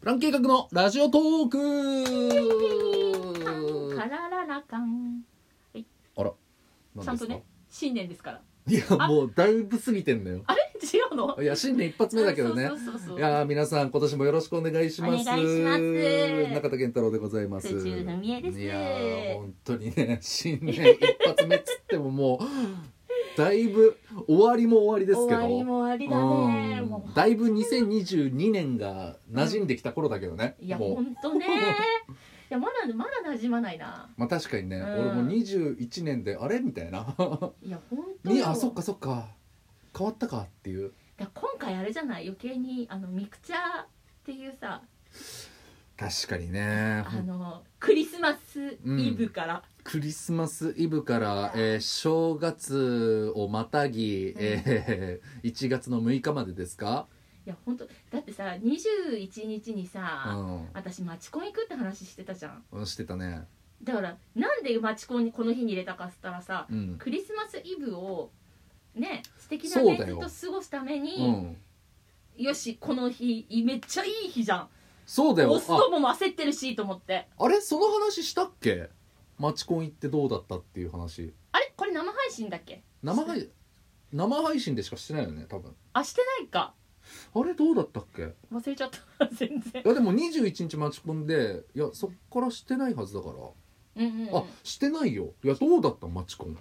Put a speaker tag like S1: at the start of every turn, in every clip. S1: プラン計画のラジオトーク
S2: カラララカン
S1: あら
S2: ちゃんとね新年ですから
S1: 何ですかいやもうだいぶ過ぎてんだよ
S2: あれ違うの
S1: いや新年一発目だけどね
S2: そうそうそうそう
S1: いやー皆さん今年もよろしくお願いします
S2: お願いします
S1: 中田健太郎でございます
S2: 藤井文江です
S1: いやー本当にね新年一発目っつっても もうだいぶ終わりも終わりですけど
S2: 終わりも終わりだね
S1: うん
S2: もう
S1: だいぶ2022年が馴染んできた頃だけどね、
S2: いや
S1: もう
S2: 本当 ねいやまだまだ馴染まないな
S1: まあ確かにね、
S2: うん
S1: 俺も21年であれみたい な
S2: いや本当
S1: に
S2: よ
S1: あそっかそっか変わったかっていう
S2: いや今回あれじゃない余計にあのミクチャっていうさ
S1: 確かにね
S2: あのクリスマスイブから、
S1: クリスマスイブから、えー正月をまたぎ、えー 1月の6日までですか、
S2: いや本当だってさ21日に
S1: う
S2: さ、私マチコン行くって話してたじゃん
S1: ん、してたね、
S2: だからなんでマチコンにこの日に入れたかっつったらさ
S1: うん
S2: クリスマスイブをね素敵な
S1: そ
S2: メ
S1: うだよ
S2: ンズと過ごすため
S1: う
S2: に、
S1: ん、
S2: よしこの日いめっちゃいい日じゃん
S1: そうだ
S2: 押
S1: よ
S2: す
S1: あ
S2: ともも焦ってるしと思って
S1: あれその話したっけマチコン行ってどうだったっていう話
S2: あれこれ生配信だっけ
S1: 生配生配信でしかしてないよね多分
S2: あしてないか
S1: あれどうだったっけい
S2: 忘れちゃった 全然
S1: やでも21日マチコンでいやそっからしてないはずだから、
S2: うんうん、うん
S1: あしてないよいやどうだったマチコン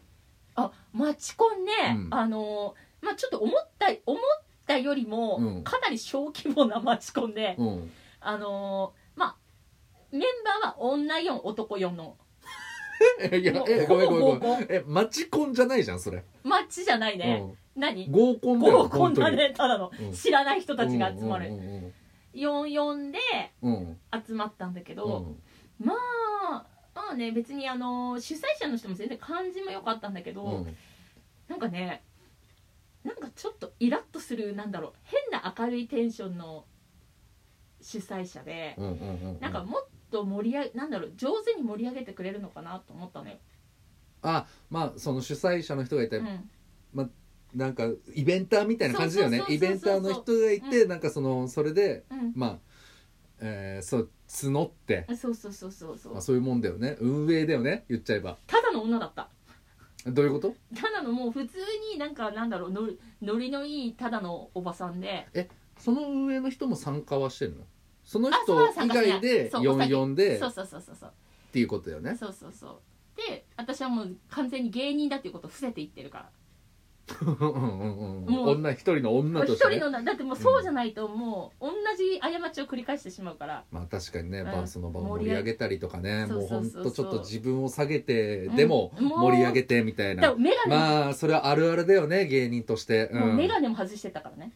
S2: あマチコンね、
S1: うん
S2: あのーまあちょっと思った思ったよりも、
S1: うん
S2: かなり小規模なマチコンで、
S1: うん
S2: あのーまあメンバーは女4男4の
S1: えいや
S2: もう
S1: えごめんごめんご
S2: ほぼ
S1: め
S2: 合コ
S1: んえマチコンじゃないじゃんそれ、
S2: マッチじゃないね、
S1: う
S2: 何
S1: ん、合コンだよ
S2: 合コンだねただの、
S1: うん
S2: 知らない人たちが集ま
S1: う
S2: る、
S1: んうん
S2: 44で
S1: うんうん
S2: 集まったんだけ
S1: う
S2: ど、
S1: ん
S2: まあまあね別にあのー主催者の人も全然感じも良かったんだけど、
S1: うん
S2: なんかねなんかちょっとイラッとするなんだろう変な明るいテンションの主催者で
S1: うんうんうん
S2: なんかもっと盛り上げなんだろう上手に盛り上げてくれるのかなと思ったのよ、
S1: あまあその主催者の人がいて、
S2: うん、
S1: なんかイベンターみたいな感じだよね
S2: そうそう
S1: イ
S2: そう
S1: ベ
S2: そう
S1: ンターの人がいて、なんかそのそれで
S2: うん
S1: まあ、えーそう募って、
S2: そうそうそうそうそ
S1: まあ、
S2: う
S1: そういうもんだよね運営だよね言っちゃえば
S2: ただの女だった
S1: どういうこと
S2: ただのもう普通になんかなんだろうのりノリのいいただのおばさんで
S1: その運営の人も参加はしてるのその
S2: あそうは
S1: 人以
S2: 参加しない
S1: 外で
S2: そうお酒
S1: 44で
S2: そう
S1: っ
S2: そうそうそうそう
S1: ていうことだよね
S2: そうそうそうで私はもう完全に芸人だっていうことを伏せて言ってるから
S1: うんうんうんうん
S2: もう
S1: 女一人の女とし
S2: 一
S1: て
S2: 人
S1: ね
S2: のなだってもうそうじゃないともう同じ過ちを繰り返してしまうから
S1: まあ確かにね、
S2: うん
S1: バースの場を盛り上げたりとかね
S2: そう
S1: もう
S2: そ
S1: ほ
S2: うんそう
S1: とちょっと自分を下げてでも
S2: うんもう
S1: 盛り上げてみたい
S2: だか
S1: な、
S2: らメガネも、
S1: まあそれはあるあるだよね芸人として、う、
S2: もうんメガネも外してたからね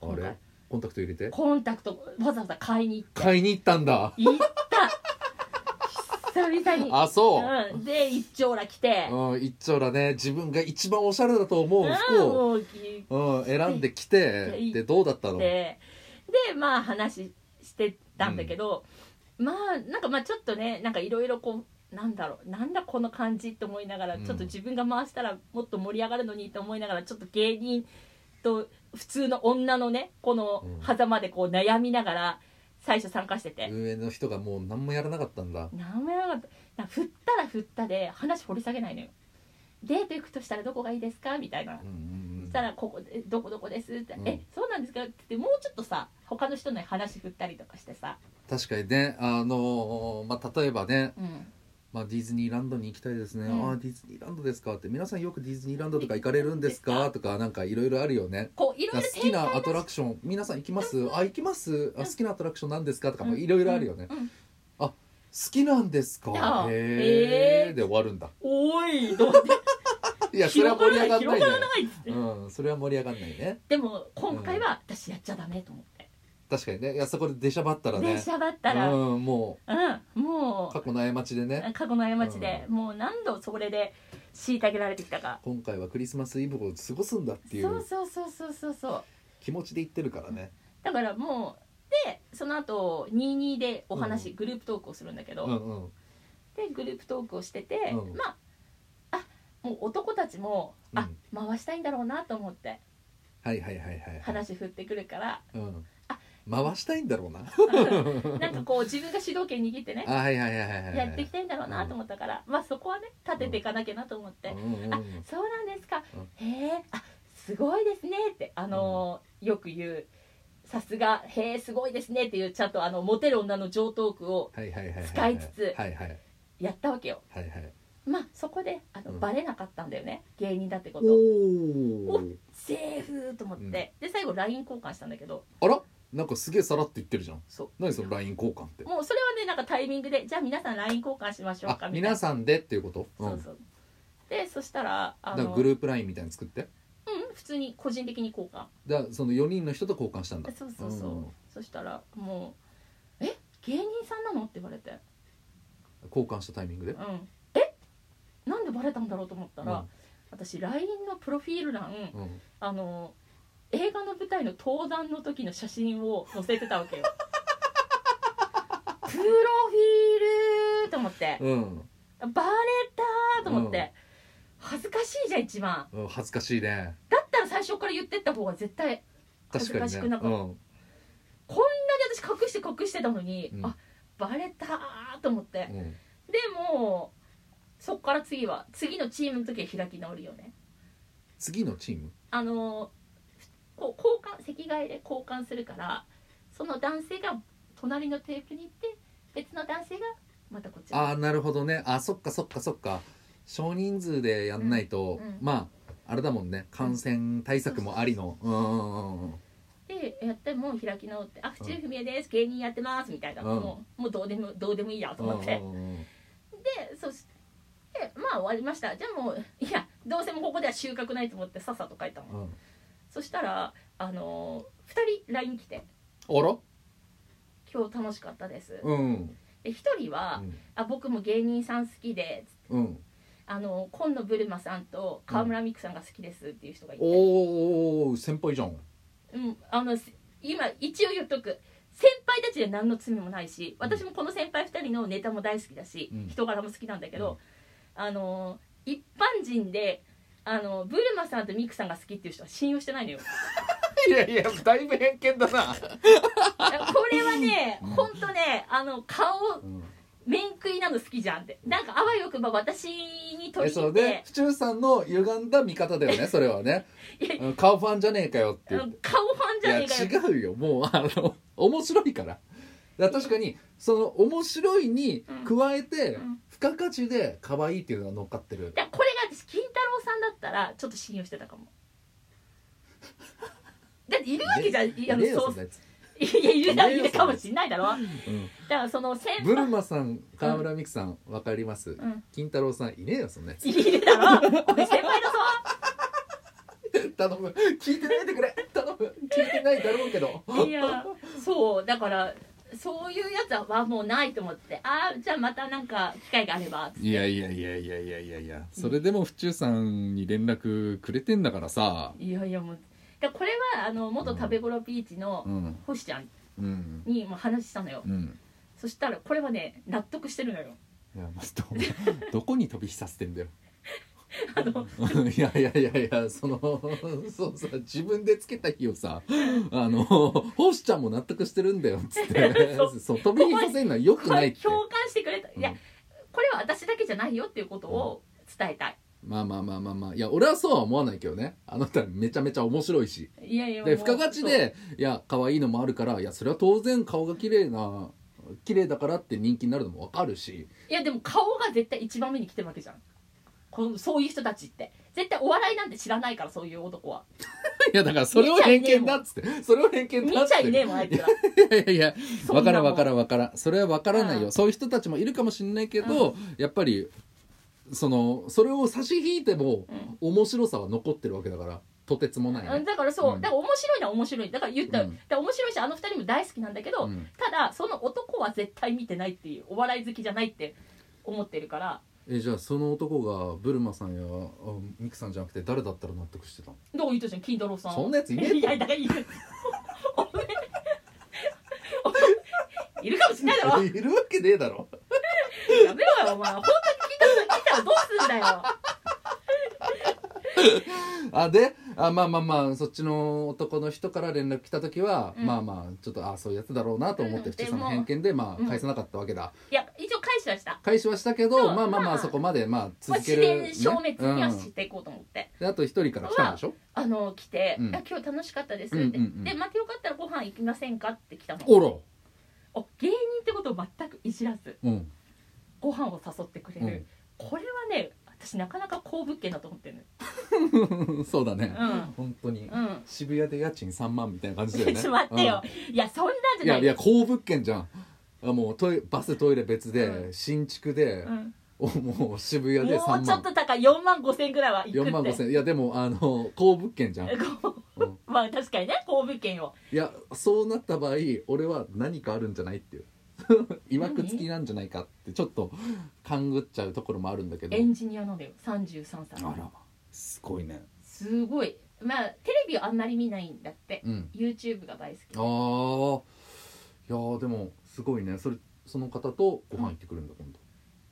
S1: あれコンタクト入れて
S2: コンタクトわざわざ買いに 行って
S1: 買いに行ったんだ
S2: 行った久々に
S1: あそう、
S2: うん、で一丁ら来て
S1: うん、一丁らね自分が一番おしゃれだと思う服
S2: うん
S1: を、
S2: もうき
S1: うん、選んでき
S2: で
S1: て
S2: いい
S1: でどうだったの
S2: ででまあ話してたんだけど、まあなんかまあちょっとねなんかいろいろこうなんだろうなんだこの感じって思いながら、
S1: うん
S2: ちょっと自分が回したらもっと盛り上がるのにって思いながらちょっと芸人と普通の女のねこの
S1: うん
S2: 狭間でこう悩みながら最初参加してて、
S1: 運営の人がもう何もやらなかったんだ
S2: なんもやらなかったなんか振ったら振ったで話掘り下げないのよデート行くとしたらどこがいいですかみたいな
S1: うんうんうん
S2: したら「ここでどこどこです」って「
S1: うん
S2: えそうなんですか?」って言ってもうちょっとさ他の人の話振ったりとかしてさ、
S1: 確かにねあのーまあ例えばね、
S2: うん、
S1: まあ、ディズニーランドに行きたいですね、
S2: うん
S1: ああディズニーランドですかって皆さんよくディズニーランドとか行かれるんですかとかなんかいろいろあるよね
S2: こういろ
S1: 好
S2: いろ
S1: きなアト
S2: ラ
S1: ラクション皆さん行きますあ行きますあ
S2: うん
S1: 好きなアトラクションなんですかとかもいろいろあるよね、
S2: うんうん
S1: 好きなんですか
S2: ああ
S1: へ
S2: へえ
S1: えで終わるんだ
S2: おいどうって
S1: いやそれは
S2: 広が
S1: 盛り
S2: ら
S1: 上が
S2: ない
S1: んないね
S2: 広がらないっつって、
S1: うんそれは盛り上がんないね
S2: でも今回は私やっちゃダメと思って、
S1: 確かにねいやそこで出しゃばったら
S2: 電
S1: ね
S2: 車だったら、うん
S1: うんも
S2: も
S1: う
S2: う
S1: 過去の過ちでね
S2: 過去の過ちで、もう何度それで虐げられてきたか
S1: 今回はクリスマスイブを過ごすんだってい
S2: そう
S1: う
S2: そうそうそうそうそう
S1: 気持ちで言ってるからね
S2: だからもうでその後22でお話、
S1: う
S2: グループトークをするんだけど、
S1: うんうん
S2: でグループトークをしてて、
S1: うん
S2: まああもう男たちも、あ回したいんだろうなと思って
S1: はいはいはいはいはい
S2: 話振ってくるから
S1: うん回したいんだ ろうな
S2: なんかこう自分が主導権握ってね
S1: あはいはいはいはいはい
S2: やっていきたいんだろうなと思ったから、まあそこはね立てていかなきゃなと思って、
S1: うんうんうん
S2: あそうなんですか、
S1: う
S2: へえあすごいですねってあのーよく言うさすがへえすごいですねっていうちゃんとあのモテる女の上等句を
S1: はいはいはいはい
S2: 使いつつ
S1: はいはい
S2: やったわけよ
S1: はいはい
S2: まあそこであの、
S1: うん
S2: バレなかったんだよね芸人だってこ
S1: お
S2: と
S1: おー
S2: セーフと思って、
S1: うん
S2: で最後 LINE 交換したんだけど
S1: あらなんかすげえさらって言ってるじゃん
S2: そう
S1: 何その LINE 交換って
S2: もうそれはねなんかタイミングでじゃあ皆さん LINE 交換しましょうか
S1: あ
S2: みたいな
S1: 皆さんでっていうことう
S2: そうんそうでそしたらあ
S1: だから
S2: の
S1: グループ LINE みたいに作って
S2: うん普通に個人的に交換
S1: だからその4人の人と交換したんだ
S2: そうそうそう、
S1: うん
S2: そしたらもう「え芸人さんなの?」って言われて
S1: 交換したタイミング
S2: 「
S1: で
S2: うん、えなんでバレたんだろう?」と思ったら、私 LINE のプロフィール欄
S1: うんうん
S2: あの映画の舞台の登壇の時の写真を載せてた わけよプロフィールと思って
S1: うん
S2: バレたと思って、恥ずかしいじゃん一番
S1: うん恥ずかしいね
S2: だったら最初から言ってった方が絶対
S1: 確
S2: 恥ず
S1: か
S2: か
S1: に
S2: し
S1: ね
S2: くなかった
S1: うん
S2: こんなに私隠して隠してたのに、
S1: うん
S2: あバレたーと思って、
S1: うん
S2: でもそっから次は次のチームの時は開き直るよね
S1: 次のチーム
S2: あのこう交換席替えで交換するからその男性が隣のテーブルに行って別の男性がまたこっち
S1: ああなるほどねあそっかそっかそっか少人数でやんないと、
S2: うんうん
S1: まああれだもんね感染対策もありのうんうんうんうん
S2: でやってもう開き直って「あ府中文也です芸人やってます」みたいな、
S1: うん
S2: もうもうどうでもどうでもいいやと
S1: うん
S2: 思って、
S1: うんうん
S2: でそしてまあ終わりましたじゃあもういやどうせもうここでは収穫ないと思ってさっさと帰ったの、
S1: うん
S2: そしたらあの2人 LINE 来て
S1: あら
S2: 「今日楽しかったです」
S1: うん
S2: で1人は
S1: うん
S2: 「あ僕も芸人さん好きで
S1: うん
S2: あの今野ブルマさんと川村美空さんが好きです」っていう人がいて、
S1: おー先輩じゃん
S2: うん、あのせ今一応言っとく先輩たちで何の罪もないし私もこの先輩2人のネタも大好きだし、
S1: うん
S2: 人柄も好きなんだけど、あの一般人であのブルマさんとミクさんが好きっていう人は信用してない のよ
S1: いやいやだいぶ偏見だな、
S2: これはね
S1: うん
S2: ほんとねあの顔
S1: うん、
S2: 面食いなの好きじゃんってなんかあわよくば私に取
S1: え
S2: り
S1: そ
S2: 入
S1: う
S2: って、
S1: ね府中さんの歪んだ見方だよねそれはね
S2: いや
S1: うん顔ファンじゃねえかよって
S2: あ
S1: 言っ
S2: の
S1: て
S2: 顔ファン
S1: い
S2: じゃ
S1: や
S2: ねえかよ
S1: 違うよもうあの面白いからだから確かにその面白いに加えて、
S2: うん
S1: 付加価値で可愛いっていうのが乗っかってる
S2: だからこれが私金太郎さんだったらちょっと信用してたかもだっているわけじゃん、いやあの
S1: ねえよ
S2: そ
S1: んなやつ
S2: ういやいるだ
S1: ねえ
S2: い
S1: よ
S2: るかもしんないだろだか
S1: うん
S2: らその先
S1: ブ
S2: 輩
S1: ルマさん河村美樹さんわかります、
S2: ん
S1: 金太郎さんいねえよそんなやつ
S2: いるだろお前先輩だぞ
S1: 頼む聞いてないでくれ頼む聞いてないだろうけど
S2: いやそうだからそういうやつはもうないと思ってああじゃあまたなんか機会があれば
S1: いやいやいやいやいやいやいやそれでも府中さんに連絡くれてんだからさ
S2: いやいやもうだからこれはあの元食べ頃ビーチの
S1: うん
S2: 星ちゃん
S1: うん
S2: にも話したのよ、
S1: うん
S2: そしたらこれはね納得してるのよ
S1: いやまあ どどこに飛び火させてんだよ
S2: あの
S1: いやいやいやいやその そうさ自分でつけた日をさあの星ちゃんも納得してるんだよっつって
S2: そう
S1: そう飛び火させるのはよくないって
S2: 共感してくれたいや、
S1: うん
S2: これは私だけじゃないよっていうことを伝えたい、
S1: まあまあまあまあまあいや俺はそうは思わないけどねあなためちゃめちゃ面白いし
S2: いやいや
S1: で
S2: も
S1: 付
S2: う
S1: 加価値でいや可愛いのもあるからいやそれは当然顔が綺麗な綺麗だからって人気になるのもわかるし
S2: そういやでも顔が絶対一番目に来てるわけじゃんこのそういう人たちって絶対お笑いなんて知らないからそういう男はい
S1: やだからそれを偏見だっつってそれを偏見
S2: 見
S1: だっつ
S2: ちゃ
S1: っ
S2: い
S1: て
S2: ねえもんあいつら
S1: いやいやいや
S2: そ んな
S1: 分
S2: もん
S1: からん分からん分からんそれは分からないよ、
S2: うん
S1: そういう人たちもいるかもしれないけど、やっぱりそのそれを差し引いても、面白さは残ってるわけだからとてつもない、
S2: うんだからそう、
S1: うん
S2: だから面白いのは面白いだから言った、
S1: うん
S2: だから面白いしあの二人も大好きなんだけど、
S1: うん
S2: ただその男は絶対見てないっていうお笑い好きじゃないって思ってるから
S1: えじゃあその男がブルマさんやあミクさんじゃなくて誰だったら納得してたの
S2: どう言うとじゃん金太郎さん
S1: そんなやついねえ
S2: いやだからいるおめえおめえいるかもしれないだろ
S1: いるわけねえだろ
S2: やめろよお前本当に聞いたこと聞いたらどうすんだよ
S1: あであまあまあまあそっちの男の人から連絡来た時は、
S2: うん
S1: まあまあちょっとあそういうやつだろうなと思っ
S2: う
S1: て
S2: ん
S1: 淵さんの
S2: でも
S1: 偏見でま
S2: うん
S1: あ返さなかったわけだ、
S2: いや一応返しはした
S1: 返しはしたけ
S2: そう
S1: どまあまあ
S2: ま
S1: ま
S2: あ
S1: あそこまでまあ
S2: まあ
S1: 続け
S2: 自
S1: る、
S2: 然消滅には
S1: うん
S2: していこうと思って、
S1: であと一人から来たんでしょ
S2: あの来て、
S1: うん
S2: いや今日楽しかったです」って、
S1: うんうんうん
S2: でまたよかったらご飯行きませんか?」って来たの
S1: おら
S2: お芸人ってことを全くいじらず
S1: うん
S2: ご飯を誘ってくれ
S1: う
S2: る、これはね私なかなか好物件だと思ってるのよ
S1: ん そうだね、
S2: うん
S1: 本当に、
S2: うん
S1: 渋谷で家賃3万みたいな感じだよね
S2: ちょっと待ってよ、いやそんなん
S1: うん
S2: じ
S1: い
S2: ゃな
S1: や
S2: い
S1: いや好物件じゃんあもうトイレバストイレ別で、
S2: う
S1: 新築で
S2: う、ん
S1: おもう渋谷で3
S2: も
S1: 万
S2: うちょっと高い4万5千ぐらいは行くって
S1: 4万5千いやでもあの好物件じゃん、
S2: こう
S1: うん
S2: まあ確かにね好物件を
S1: いやそうなった場合俺は何かあるんじゃないっていう いわくつきなんじゃないかってちょっと勘ぐっちゃうところもあるんだけど
S2: エンジニアなんだよ33
S1: あ
S2: 歳
S1: らすごいね
S2: すごいまあテレビをあんまり見ないんだって、
S1: うん
S2: YouTube が大好き
S1: あーいやーでもすごいねそれその方とご飯行ってくるんだ今度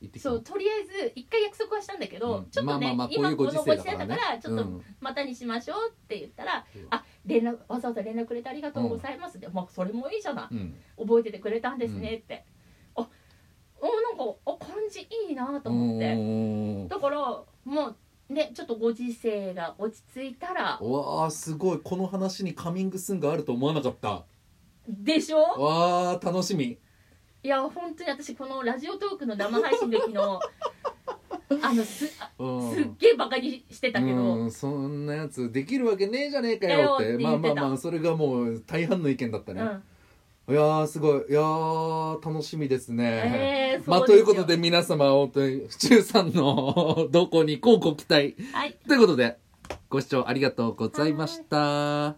S1: 行ってきた
S2: そうとりあえず一回約束はしたんだけど、
S1: うん
S2: ちょっとね、
S1: まあまあまあこうい
S2: 今
S1: う
S2: こ
S1: ご
S2: の
S1: 時
S2: ご
S1: 世
S2: 時
S1: だ
S2: 世
S1: か
S2: だ
S1: ら
S2: か
S1: ね
S2: らちょっ
S1: う
S2: と
S1: ん
S2: またにしましょうって言ったら、
S1: うん
S2: あ連絡わざわざ連絡くれてありがとうございますって、まあ、それもいいじゃない
S1: うん
S2: 覚えててくれたんですねって、あおなんかあ感じいいなと思って
S1: おー
S2: だからもうねちょっとご時世が落ち着いたら
S1: うわーすごいこの話にカミングスンがあると思わなかった
S2: でしょ
S1: わー楽しみ
S2: いや本当に私このラジオトークの生配信で昨日 あのすあ
S1: うん
S2: すっげえバカにしてたけど、
S1: うんそんなやつできるわけねえじゃねえかよって
S2: だよって
S1: ま
S2: 言
S1: あ
S2: って
S1: ま
S2: た
S1: あまあそれがもう大半の意見だった
S2: う
S1: ね、
S2: ん、
S1: いやーすごいいやー楽しみですね、
S2: えー
S1: まあ
S2: そ
S1: と
S2: です
S1: い
S2: よ
S1: うことで皆様本当に府中さんの動向に乞うご期待
S2: はい
S1: ということでご視聴ありがとうございました。